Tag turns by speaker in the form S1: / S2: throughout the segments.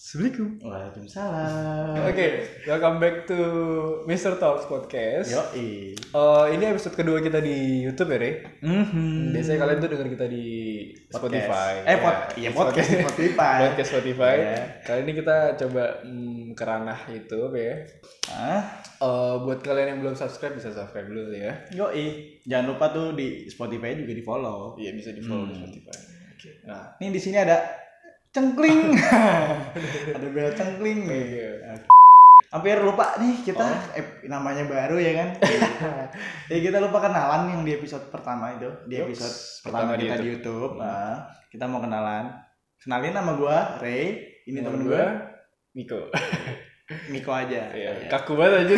S1: Assalamualaikum. Waalaikumsalam.
S2: Oke, welcome back to Mr. Talks Podcast.
S1: Yo
S2: Eh, ini episode kedua kita di YouTube ya, Re.
S1: Mhm.
S2: Biasanya kalian tuh denger kita di Spotify. Ya.
S1: Eh, pod- iya, podcast Spotify.
S2: podcast Spotify.
S1: Iya.
S2: Kali ini kita coba mm, ke ranah YouTube ya.
S1: Ah,
S2: Eh, buat kalian yang belum subscribe bisa subscribe dulu ya.
S1: yo Jangan lupa tuh di Spotify juga di follow.
S2: Iya, bisa di-follow di Spotify. Oke. Nah,
S1: Nih di sini ada cengkling. ada bel cengkling nih.
S2: iya.
S1: Hampir lupa nih kita
S2: Oh.
S1: eh, namanya baru ya kan. ya kita lupa kenalan yang di episode pertama itu, di
S2: Yups,
S1: episode
S2: pertama di
S1: pertama,
S2: Hmm.
S1: kita di YouTube. Nah, kita mau kenalan. Kenalin nama gua Ray. Ini temen
S2: gua,
S1: gua
S2: Miko.
S1: Miko aja.
S2: Iya,
S1: Ya.
S2: kaku banget aja.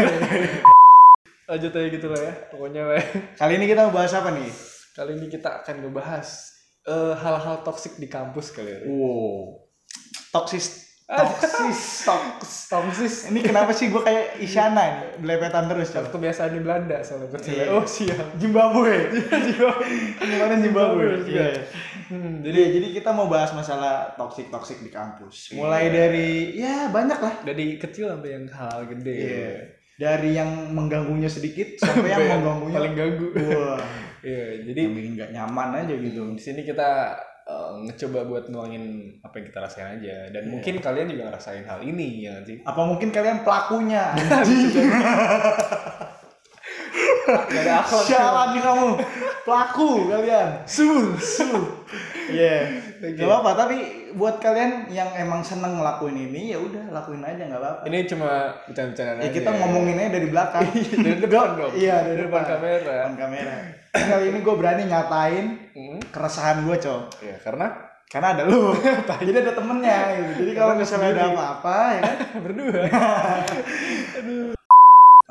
S2: Lanjut aja gitu lah ya. Pokoknya lah. ya.
S1: Kali ini kita mau bahas apa nih?
S2: Kali ini kita akan ngebahas eh, hal-hal toksik di kampus kali ya.
S1: Wow. Toksis. Toksis. Toks.
S2: Toksis
S1: Ini kenapa sih gue kayak Isyana nih? Belepetan terus.
S2: Kan
S1: Coba.
S2: kebiasaan di Belanda soalnya kecil.
S1: Iya.
S2: Oh siap.
S1: Zimbabwe. Gimana Zimbabwe?
S2: Zimbabwe,
S1: Iya.
S2: Hmm,
S1: Jadi ya, jadi kita mau bahas masalah toksik-toksik di kampus. Mulai
S2: Iya.
S1: dari ya banyak lah.
S2: dari kecil sampai yang hal gede.
S1: Iya. Dari yang mengganggunya sedikit sampai yang
S2: Sampai yang
S1: mengganggunya
S2: paling ganggu.
S1: Wah.
S2: Iya, jadi
S1: Yang bikin gak nyaman aja gitu.
S2: di sini kita eh, ngecoba buat nuangin apa yang kita rasain aja dan
S1: Iya.
S2: mungkin kalian juga ngerasain hal ini ya nanti.
S1: Apa mungkin kalian pelakunya?
S2: Gak ada akhlak.
S1: Sialan nih kamu. Pelaku kalian.
S2: Sul, sul.
S1: Iya.
S2: Oke.
S1: Gak apa-apa, tapi buat kalian yang emang seneng ngelakuin ini ya udah lakuin aja nggak apa-apa.
S2: Ini cuma bercanda-bercanda
S1: Ya
S2: aja.
S1: kita ngomonginnya dari belakang.
S2: iya, dari depan dong.
S1: Iya, dari
S2: dari depan
S1: depan.
S2: kamera.
S1: Depan kamera. Kali ini gue berani nyatain
S2: Hmm.
S1: keresahan gue, Cok.
S2: Iya, karena
S1: Karena ada lu. Jadi ada temennya gitu. Jadi kalau misalnya ada apa-apa ya kan.
S2: berdua.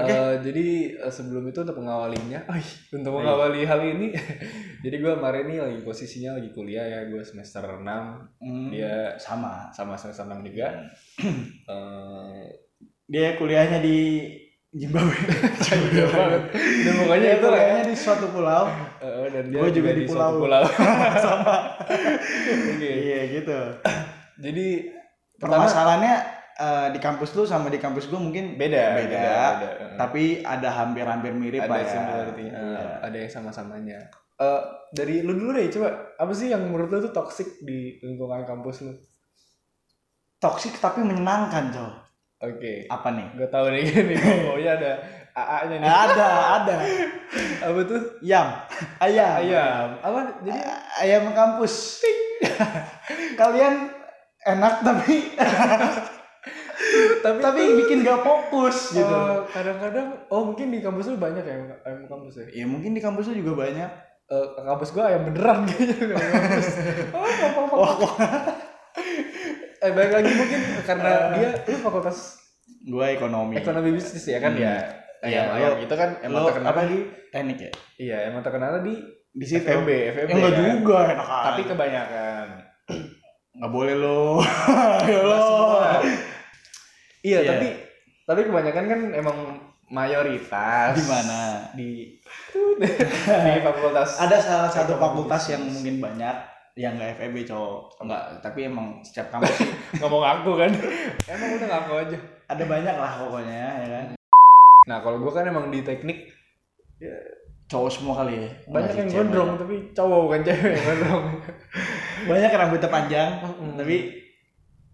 S1: Oke.
S2: Eh, jadi eh, sebelum itu untuk mengawalinya, Oi, untuk mengawali hal ini, jadi gue kemarin ini lagi posisinya lagi kuliah ya, gue semester 6
S1: Hmm,
S2: dia
S1: sama.
S2: sama semester 6 juga. Hmm. Eh,
S1: Dia kuliahnya di Zimbabwe.
S2: Jauh banget. Dan pokoknya
S1: Dia
S2: itu lah. ya.
S1: kuliahnya di suatu pulau.
S2: Eh, dan dia
S1: Gua
S2: juga, di, suatu pulau.
S1: sama.
S2: Oke.
S1: Iya gitu.
S2: Jadi pertama
S1: Permasalahannya eh, di kampus lu sama di kampus gue mungkin
S2: beda,
S1: beda, ya.
S2: beda.
S1: tapi ada hampir-hampir mirip
S2: ada
S1: lah ya.
S2: similarity, eh,
S1: Iya.
S2: ada yang sama-samanya. Eh, dari lu dulu deh coba apa sih yang menurut lu tuh toxic di lingkungan kampus lu?
S1: Toxic tapi menyenangkan, Cok.
S2: Oke.
S1: Apa nih?
S2: Gue tahu nih gini, pokoknya ada AA-nya nih.
S1: ada, ada.
S2: Apa tuh?
S1: Yam. Ayam.
S2: Ayam. Apa? Jadi
S1: A- Ayam kampus. Kalian enak tapi
S2: tapi
S1: tapi bikin gak fokus gitu.
S2: eh, kadang-kadang oh mungkin di kampus lu banyak ya ayam kampus ya.
S1: Ya mungkin di kampus lu juga banyak.
S2: Eh, kampus gua ayam beneran kayaknya nggak ayam kampus. Oh, apa apa. Eh balik lagi mungkin karena dia lu fakultas
S1: Gue ekonomi.
S2: ekonomi bisnis ya kan
S1: Hmm.
S2: ya.
S1: Iya,
S2: Ayam,
S1: lo-
S2: ayam itu kan emang
S1: lo
S2: terkenal
S1: apa?
S2: di
S1: Teknik ya?
S2: iya emang terkenal di
S1: Di situ.
S2: FMB, FMB.
S1: Ya, enggak
S2: kan.
S1: juga enak aja.
S2: Tapi kebanyakan.
S1: nggak boleh lo. ya
S2: Nggak
S1: lo.
S2: semua. Iya,
S1: Iya.
S2: tapi tapi kebanyakan kan emang mayoritas
S1: Di mana?
S2: di di fakultas
S1: ada salah satu
S2: Ekonomi
S1: fakultas
S2: bisnis.
S1: yang mungkin banyak yang nggak FEB cowok enggak tapi emang setiap kampus sih
S2: ngomong aku kan emang udah ngaku aja
S1: ada banyak lah pokoknya ya kan
S2: nah kalau gue kan emang di teknik
S1: cowok semua kali ya
S2: banyak
S1: Masih
S2: yang
S1: cewek.
S2: gondrong tapi cowok bukan cewek yang gondrong
S1: banyak yang rambutnya panjang
S2: Mm-mm.
S1: tapi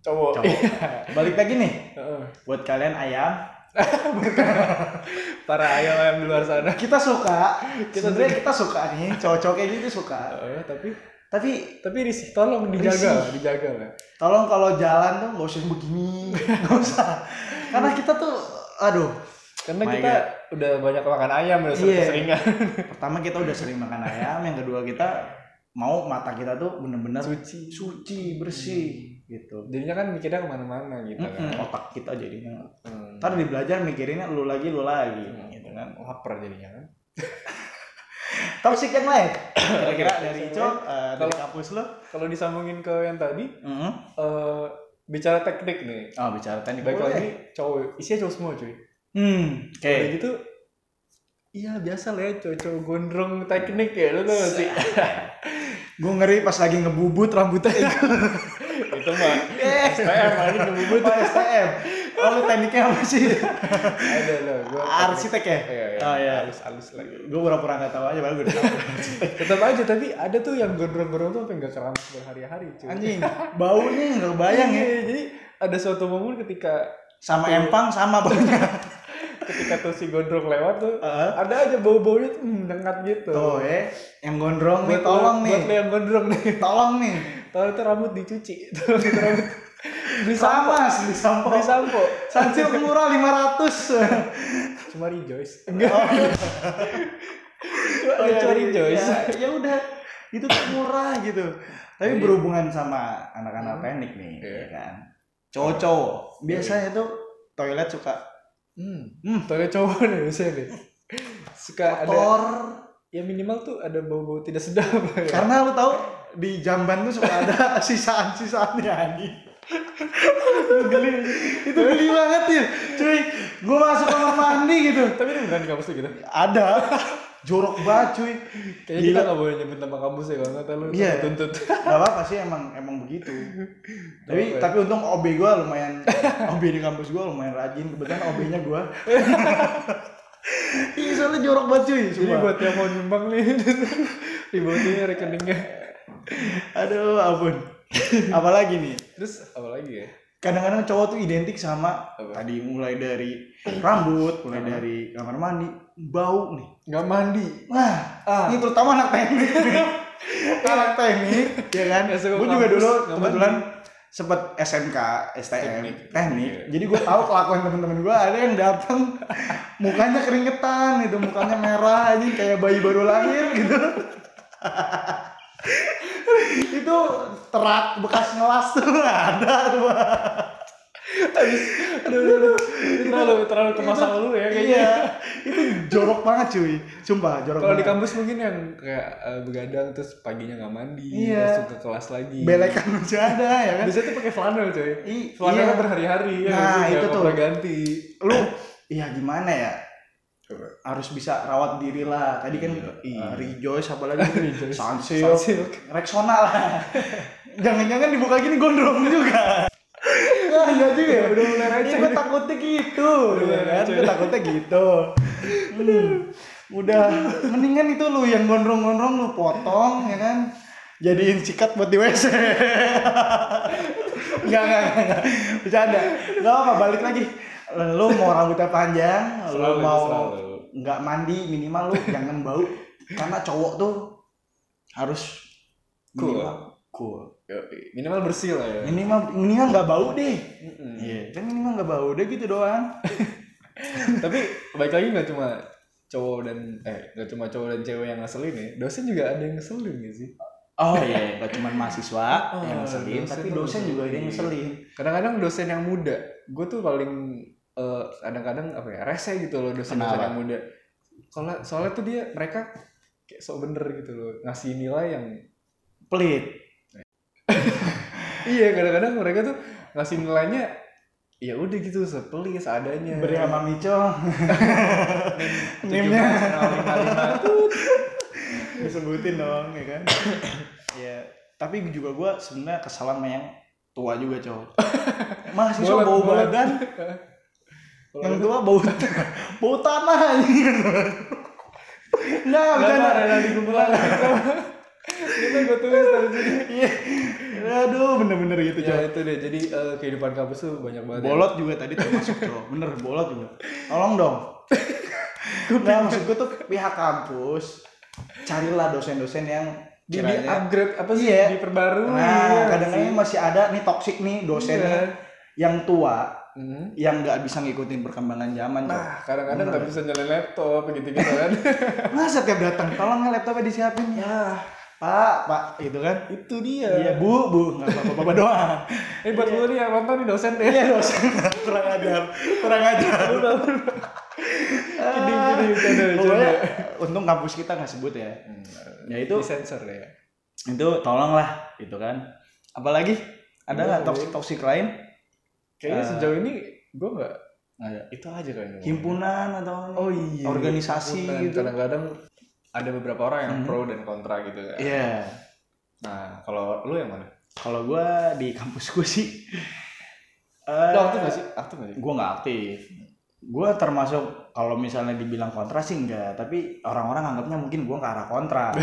S2: cowok, Iya.
S1: Cowok. balik lagi nih
S2: Heeh.
S1: buat kalian ayam
S2: para ayam ayam di luar sana
S1: kita suka
S2: Kita
S1: sebenarnya kita suka nih cowok-cowok kayak gitu suka
S2: Heeh, tapi
S1: tapi
S2: tapi risih tolong dijaga lah, dijaga lah
S1: tolong kalau jalan tuh nggak usah yang begini nggak usah karena kita tuh aduh
S2: karena
S1: My
S2: kita udah banyak makan ayam udah
S1: Iya.
S2: seringan
S1: pertama kita udah sering makan ayam yang kedua kita mau mata kita tuh bener-bener
S2: suci
S1: suci bersih gitu
S2: jadinya kan mikirnya kemana-mana gitu kan
S1: Mm-mm, otak kita jadinya
S2: Hmm.
S1: ntar di belajar mikirinnya lu lagi lu lagi gitu kan
S2: lapar jadinya kan
S1: toxic yang lain kira-kira
S2: Toxic
S1: dari itu
S2: yang
S1: dari
S2: Kalau-
S1: kampus lu
S2: kalau disambungin ke yang tadi
S1: Mm-mm.
S2: eh bicara teknik nih
S1: oh bicara teknik
S2: baik
S1: boleh.
S2: lagi cowok isinya cowok semua cuy
S1: hmm oke
S2: Kayak gitu Iya biasa lah ya cowok-cowok gondrong teknik ya lu tau gak sih
S1: Eh. gue ngeri pas lagi ngebubut rambutnya
S2: Itu mah
S1: Eh,
S2: STM ini ngebubut.
S1: Oh STM. Oh lu tekniknya apa sih?
S2: Ada loh, gua
S1: Arsitek ya?
S2: Iya, iya.
S1: Oh iya.
S2: Halus-halus lagi.
S1: Gue pura-pura nggak tahu aja baru gue udah tahu.
S2: Tetap aja tapi ada tuh yang gondrong-gondrong tuh sampai enggak keramas berhari-hari, cuy.
S1: Anjing, baunya nggak kebayang ya.
S2: Iya, Jadi ada suatu momen ketika
S1: Sama empang sama baunya.
S2: ketika tuh si gondrong lewat tuh
S1: Heeh.
S2: ada aja bau-baunya tuh hmm, nengat gitu.
S1: Tuh ya, yang gondrong nih
S2: Buat lo-
S1: tolong
S2: Buat lo
S1: nih.
S2: yang gondrong nih.
S1: Tolong nih.
S2: Tolong itu rambut dicuci. Tolong itu rambut. Beli sampo.
S1: Sama di sampo.
S2: Beli sampo.
S1: Sansil murah 500.
S2: Cuma rejoice. Enggak.
S1: Oh, iya. Oh,
S2: Cuma, cuma rejoice.
S1: Ya, ya udah, itu tuh murah gitu.
S2: Iya.
S1: Tapi berhubungan sama anak-anak teknik nih,
S2: Iya.
S1: ya kan. Cowok-cowok biasanya tuh toilet suka
S2: Hmm.
S1: hmm, Oh,
S2: Toilet cowok nih biasanya nih. Suka ada
S1: kotor.
S2: ya minimal tuh ada bau-bau tidak sedap. ya.
S1: Karena lu tahu di jamban tuh suka ada sisaan-sisaannya anjing.
S2: geli.
S1: itu geli banget ya cuy gue masuk kamar mandi gitu
S2: Tapi ini beneran di kampus tuh gitu.
S1: ada jorok banget cuy
S2: Kayaknya kita nggak boleh nyebut nama kampus ya kalau nggak tahu lu
S1: Iya.
S2: tuntut.
S1: Gak apa-apa sih emang emang begitu.
S2: Apa
S1: Tapi
S2: ya?
S1: tapi untung OB gue lumayan OB di kampus gue lumayan rajin kebetulan OB-nya gue. Iya soalnya jorok banget cuy.
S2: Jadi
S1: sumpah.
S2: buat yang mau nyumbang nih di bawah sini rekeningnya.
S1: Aduh ampun. Apalagi nih.
S2: Terus apa lagi ya?
S1: Kadang-kadang cowok tuh identik sama
S2: Apa?
S1: tadi mulai dari rambut, mulai dari kamar mandi, bau nih.
S2: Nggak mandi.
S1: Nah,
S2: Ah.
S1: ini terutama anak teknik. nih. anak teknik, ya kan?
S2: Ya, suka
S1: Gue juga
S2: kampus,
S1: dulu
S2: nggak
S1: kebetulan sempet SMK, STM,
S2: Teknik.
S1: teknik.
S2: Iya.
S1: Jadi gue tahu kelakuan temen-temen gue ada yang datang mukanya keringetan gitu, mukanya merah aja kayak bayi baru lahir gitu. itu terak bekas ngelas tuh ada tuh.
S2: Habis aduh, aduh, aduh. Ini terlalu terlalu ke masa lalu ya kayaknya.
S1: Iya, itu jorok banget cuy. Sumpah jorok
S2: Kalau di
S1: banget.
S2: kampus mungkin yang kayak eh, begadang terus paginya nggak mandi,
S1: Iya.
S2: langsung ke kelas lagi.
S1: Belekan aja ada ya kan.
S2: Biasanya tuh pakai flanel coy.
S1: I-
S2: Flanelnya
S1: iya.
S2: berhari-hari ya.
S1: Nah,
S2: nggak sih?
S1: itu
S2: Nggak
S1: tuh.
S2: pernah ganti.
S1: lu ya gimana ya harus bisa rawat diri lah tadi kan uh, rejoice apalagi
S2: Rejoice.
S1: sunsilk
S2: Sunsilk.
S1: rexona lah jangan-jangan dibuka gini gondrong juga Nah, iya juga ya.
S2: Udah mulai receh.
S1: Iya, gue takutnya gitu.
S2: Udah mulai
S1: ya kan?
S2: receh.
S1: Gue takutnya gitu. Hmm. Udah. Mendingan itu lu yang gondrong-gondrong lu potong ya kan. Jadiin sikat buat di WC. Enggak, enggak, enggak, enggak. Bercanda. Enggak apa, balik lagi. Lu mau rambutnya panjang,
S2: Selalu,
S1: lu mau
S2: selalu.
S1: nggak mandi minimal lu jangan bau karena cowok tuh harus
S2: Cool.
S1: minimal cool.
S2: Yoi. Minimal bersih lah ya.
S1: Minimal minimal nggak bau deh.
S2: Mm-mm.
S1: Iya, kan minimal nggak bau deh gitu doang.
S2: Tapi baik lagi nggak cuma cowok dan eh nggak cuma cowok dan cewek yang ngeselin ya. Dosen juga ada yang ngeselin gak sih?
S1: Oh iya, gak cuma mahasiswa
S2: Oh,
S1: yang ngeselin,
S2: dosen
S1: tapi
S2: tuh
S1: dosen juga ada yang
S2: ngeselin.
S1: ngeselin.
S2: Kadang-kadang dosen yang muda, gue tuh paling eh, kadang-kadang apa ya rese gitu loh dosen-dosen
S1: Kenapa?
S2: yang muda. Kalau soalnya tuh dia mereka kayak sok bener gitu loh ngasih nilai yang
S1: Pelit.
S2: iya kadang-kadang mereka tuh ngasih nilainya ya udah gitu sepeli seadanya.
S1: Beri sama Mico.
S2: Nimnya.
S1: Nimnya disebutin dong, ya kan? Iya. Tapi juga gue sebenarnya kesal sama yang tua juga cowok. Mahasiswa
S2: Bolet,
S1: bau
S2: bolet.
S1: badan, yang tua bau bau tanah. Nah,
S2: Rela
S1: bercanda.
S2: rela digumpulan. Itu gue tulis dari sini.
S1: Iya. Aduh, bener-bener gitu
S2: Ya
S1: cowok.
S2: itu deh. Jadi eh, kehidupan kampus tuh banyak banget. ya.
S1: Bolot juga tadi termasuk cowok. Bener, bolot juga. Tolong dong. Nah, maksud gue tuh pihak kampus carilah dosen-dosen yang
S2: Di, di
S1: kiranya-
S2: upgrade apa sih?
S1: ya. Iya.
S2: Diperbarui. ya
S1: Nah,
S2: sih?
S1: kadang-kadang masih ada nih toksik nih
S2: Iya.
S1: dosennya yang tua
S2: Hmm.
S1: yang nggak bisa ngikutin perkembangan zaman. Cok.
S2: Nah, kadang-kadang nggak bisa nyalain laptop gitu-gitu kan.
S1: Nah, setiap datang tolong ya laptopnya disiapin ya. Pak, Pak, gitu kan.
S2: Ah, itu dia.
S1: Iya, Bu, Bu, nggak apa-apa Bapak doang.
S2: Eh buat lu nih yang nonton nih dosen deh.
S1: Iya, dosen kurang ajar, kurang ajar.
S2: Gini gini bercanda bercanda.
S1: Ah. Pokoknya, untung kampus kita nggak sebut ya. Ya itu
S2: Hmm, Di sensor ya.
S1: itu tolonglah gitu kan apalagi ada nggak
S2: Iya,
S1: toksik toksik lain
S2: Kayaknya
S1: Eh.
S2: sejauh ini gua Ah. nggak
S1: Nggak ada.
S2: itu aja kayaknya.
S1: himpunan atau
S2: Oh iya.
S1: organisasi
S2: Himpunan.
S1: gitu
S2: Kadang-kadang ada beberapa orang yang
S1: Mhm.
S2: pro dan kontra gitu kan.
S1: iya
S2: Nah, kalau lu yang mana?
S1: Kalau gua di kampus gua sih eh,
S2: Udah aktif gak sih? Aktif gak sih?
S1: Gue nggak aktif. Gue termasuk kalau misalnya dibilang kontra sih enggak, tapi orang-orang anggapnya mungkin gue ke arah kontra.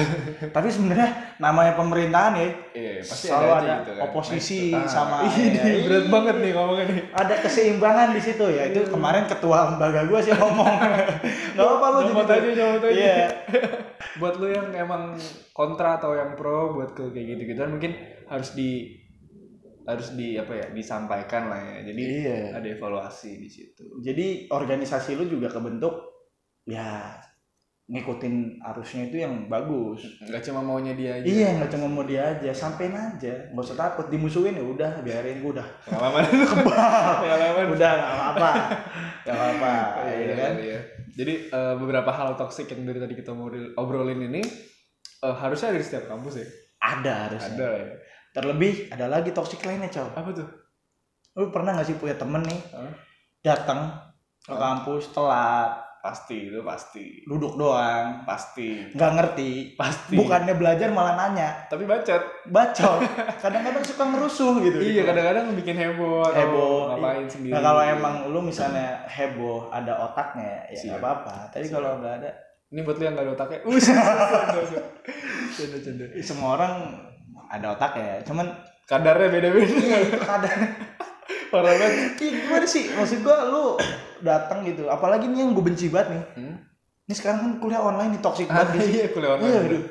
S1: tapi sebenarnya namanya pemerintahan ya,
S2: Iya, pasti
S1: selalu
S2: ada, aja
S1: ada
S2: gitu kan.
S1: oposisi
S2: Nah,
S1: sama
S2: ini
S1: ya,
S2: berat banget nih ngomongnya nih.
S1: ada keseimbangan di situ ya. Itu kemarin ketua lembaga gue sih ngomong. Gak apa-apa lu
S2: Nyomot
S1: Oh, jadi-
S2: aja, nyomot aja.
S1: Iya.
S2: buat lu yang emang kontra atau yang pro buat ke kayak gitu-gituan mungkin harus di harus di apa ya disampaikan lah ya. Jadi
S1: Iya.
S2: ada evaluasi di situ.
S1: Jadi organisasi lu juga kebentuk ya ngikutin arusnya itu yang bagus.
S2: Gak cuma maunya dia aja.
S1: Iya, nggak cuma mau dia aja, sampein aja. Gak usah takut dimusuhin ya udah, biarin gue udah.
S2: Pengalaman lu Pengalaman.
S1: udah nggak apa-apa. Gak apa-apa,
S2: Iya,
S1: ya
S2: iya,
S1: kan?
S2: iya. Jadi eh, beberapa hal toksik yang dari tadi kita mau di- obrolin ini eh, harusnya ada di setiap kampus ya.
S1: Ada harusnya.
S2: Ada lah ya.
S1: Terlebih ada lagi toxic lainnya, Cok.
S2: Apa tuh?
S1: Lu pernah gak sih punya temen nih
S2: Hah?
S1: datang ke kampus telat,
S2: Pasti itu pasti.
S1: duduk doang,
S2: Pasti.
S1: nggak ngerti.
S2: Pasti.
S1: Bukannya belajar malah nanya,
S2: Tapi bacot.
S1: bacot. Kadang-kadang suka ngerusuh gitu.
S2: Iya kadang-kadang bikin heboh. atau
S1: heboh.
S2: Ngapain
S1: Iya.
S2: sendiri.
S1: Nah, kalau emang lu misalnya heboh ada otaknya ya
S2: Siap.
S1: nggak apa-apa. Tapi
S2: Siap.
S1: kalau nggak ada,
S2: Ini buat lu yang gak ada otaknya. Us. canda canda.
S1: semua orang ada otak ya. Cuman
S2: Kadarnya beda-beda.
S1: kadang
S2: Parah banget.
S1: Ih, gimana sih? Maksud gua lu datang gitu. Apalagi nih yang gue benci banget nih.
S2: Hmm?
S1: Ini sekarang kan kuliah online nih toxic
S2: Ah,
S1: banget.
S2: iya kuliah
S1: Iya,
S2: online.
S1: aduh.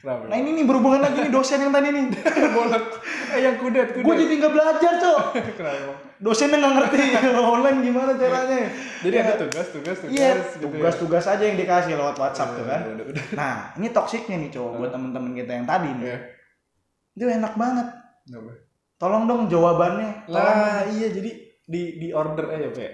S2: Kenapa?
S1: Nah ini nih berhubungan lagi nih dosen yang tadi nih.
S2: Bolot. Eh yang kudet kudet.
S1: Gue jadi nggak belajar cok.
S2: Kenapa?
S1: Dosennya nggak ngerti online gimana caranya.
S2: Jadi ada tugas tugas tugas.
S1: Iya,
S2: gitu ya. Iya,
S1: tugas-tugas aja yang dikasih lewat WhatsApp tuh kan.
S2: Udah, udah.
S1: Nah, ini toksiknya nih cowok buat temen-temen kita yang tadi nih.
S2: Ah. Iya.
S1: Itu enak banget.
S2: Kenapa?
S1: Tolong dong jawabannya. Tolong.
S2: Lah iya jadi di di order aja pak.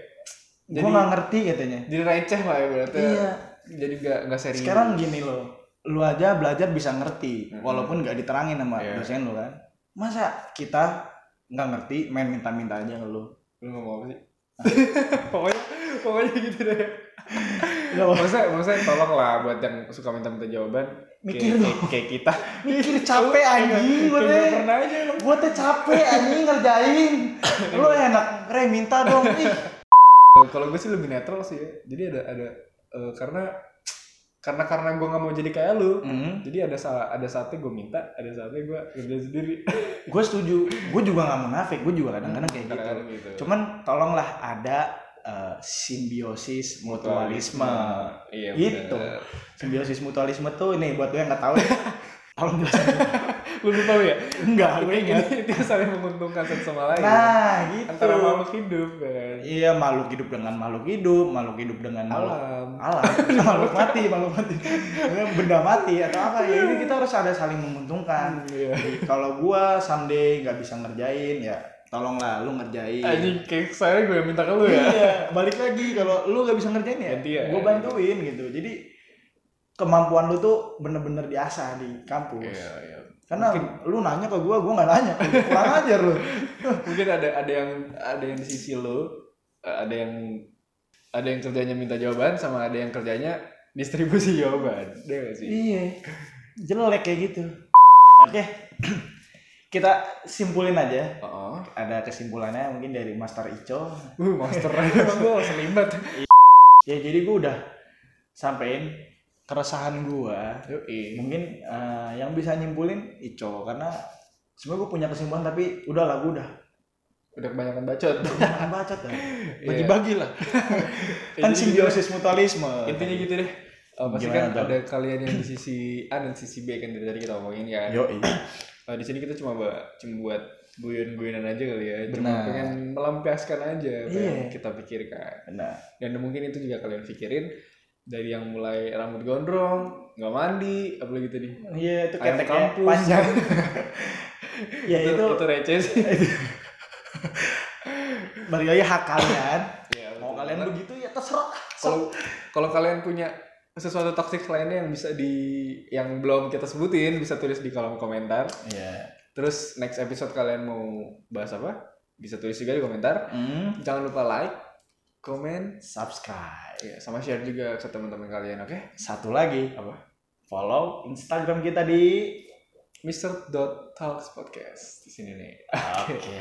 S1: Gue nggak ngerti katanya.
S2: Jadi receh lah ya berarti.
S1: Iya.
S2: Jadi nggak nggak serius.
S1: Sekarang gini loh. Lu aja belajar bisa ngerti,
S2: Mhm.
S1: walaupun nggak diterangin sama
S2: Iya.
S1: dosen lu kan. Masa kita nggak ngerti, main minta-minta aja ke lu.
S2: lu ngomong apa sih? pokoknya pokoknya gitu deh.
S1: Nggak apa-
S2: Maksudnya, maksudnya tolong lah buat yang suka minta-minta jawaban
S1: Mikir
S2: kayak,
S1: dong.
S2: kayak- kayak kita.
S1: Mikir capek anjing
S2: Kayak
S1: gue
S2: nggak
S1: teh.
S2: Iya, pernah aja emang.
S1: Gue teh capek anjing ngerjain.
S2: Iya.
S1: Lu enak, re minta dong nih.
S2: Kalau gue sih lebih netral sih ya. Jadi ada ada eh, karena karena karena gue nggak mau jadi kayak lu.
S1: Mm-hmm.
S2: Jadi ada sa- ada saatnya gue minta, ada saatnya gue kerja sendiri.
S1: Gue setuju. Gue juga nggak munafik. Gue juga kadang-kadang kayak gitu.
S2: Kadang-kadang gitu.
S1: Cuman tolonglah ada eh, simbiosis mutualisme.
S2: Iya,
S1: Gitu.
S2: bener.
S1: Simbiosis mutualisme tuh ini buat gue yang nggak tahu. ya. Tolong jelasin.
S2: Lu belum tahu ya?
S1: Enggak, gue
S2: Ini
S1: ingat.
S2: dia saling menguntungkan satu sama lain.
S1: Nah, gitu.
S2: antara makhluk hidup kan.
S1: Iya, makhluk hidup dengan makhluk hidup, makhluk hidup dengan makhluk
S2: Alam.
S1: alam, makhluk mati, makhluk mati, Iya, benda mati atau apa ya ini kita harus ada saling menguntungkan.
S2: Iya.
S1: Kalau gua someday nggak bisa ngerjain ya tolonglah lu ngerjain.
S2: Anjing kayak saya gue yang minta ke lu ya.
S1: Iya, balik lagi kalau lu nggak bisa ngerjain ya,
S2: Gantian.
S1: gua bantuin gitu. Jadi kemampuan lu tuh bener-bener diasah di kampus.
S2: iya.
S1: Karena lu nanya ke gua, gua nggak nanya. Kurang ajar lu.
S2: Mungkin ada ada yang ada yang di sisi lu, ada yang ada yang kerjanya minta jawaban sama ada yang kerjanya distribusi jawaban. Iya nggak sih?
S1: Iya. Jelek kayak gitu. Oke. Kita simpulin aja.
S2: Heeh.
S1: Ada kesimpulannya mungkin dari Master Ico.
S2: Uh, master emang gue selibat.
S1: Ya jadi gue udah sampein keresahan gua.
S2: Yoi.
S1: Mungkin eh, yang bisa nyimpulin Ico karena sebenarnya gue punya kesimpulan tapi udahlah gue udah
S2: Udah kebanyakan bacot.
S1: jangan bacot lah.
S2: Iya.
S1: Bagi-bagi lah. kan
S2: Jadi
S1: simbiosis mutualisme.
S2: Intinya gitu deh. Eh, pasti
S1: Oh, Gimana
S2: kan
S1: tuh?
S2: ada kalian yang di sisi A dan sisi B kan dari tadi kita omongin kan.
S1: Yo,
S2: Nah, di sini kita cuma ba- cuma buat guyon-guyonan aja kali ya. Cuma
S1: Benar.
S2: pengen melampiaskan aja apa yang
S1: Iya.
S2: kita pikirkan.
S1: Nah,
S2: Dan mungkin itu juga kalian pikirin dari yang mulai rambut gondrong, nggak mandi, apalagi tadi.
S1: iya itu
S2: Ayam
S1: keteknya
S2: kampus.
S1: panjang. ya
S2: Itu,
S1: itu Iya,
S2: itu, receh sih. Iya,
S1: balik lagi hak kalian.
S2: Ya,
S1: Mau
S2: betul.
S1: kalian begitu ya terserah.
S2: kalau kalau kalian punya sesuatu toxic lainnya yang bisa di yang belum kita sebutin bisa tulis di kolom komentar.
S1: Iya.
S2: Terus next episode kalian mau bahas apa? Bisa tulis juga di komentar.
S1: Hmm.
S2: Jangan lupa like, komen,
S1: Subscribe.
S2: ya, sama share juga ke teman-teman kalian, oke?
S1: Satu lagi,
S2: Apa?
S1: follow Instagram kita di
S2: Mr. Dot Talks Podcast di sini nih.
S3: Oke.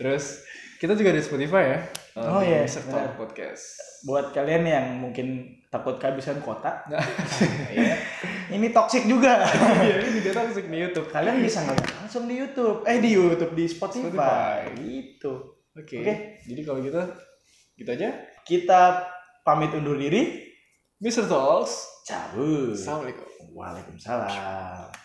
S2: Terus kita juga ada Spotify ya.
S1: Oh,
S2: di
S1: iya,
S2: Mr.
S1: benar.
S2: Talk Podcast.
S1: Buat kalian yang mungkin takut kehabisan kota, Iya. ini toxic juga.
S2: Iya, ini juga toxic di YouTube.
S1: kalian bisa ngeliat langsung di YouTube, eh di YouTube di Spotify,
S2: Spotify.
S1: gitu.
S2: Oke.
S1: Oke.
S2: Jadi kalau gitu gitu aja.
S1: Kita pamit undur diri,
S2: Mr. Talks.
S1: cabut.
S2: Assalamualaikum.
S1: Waalaikumsalam.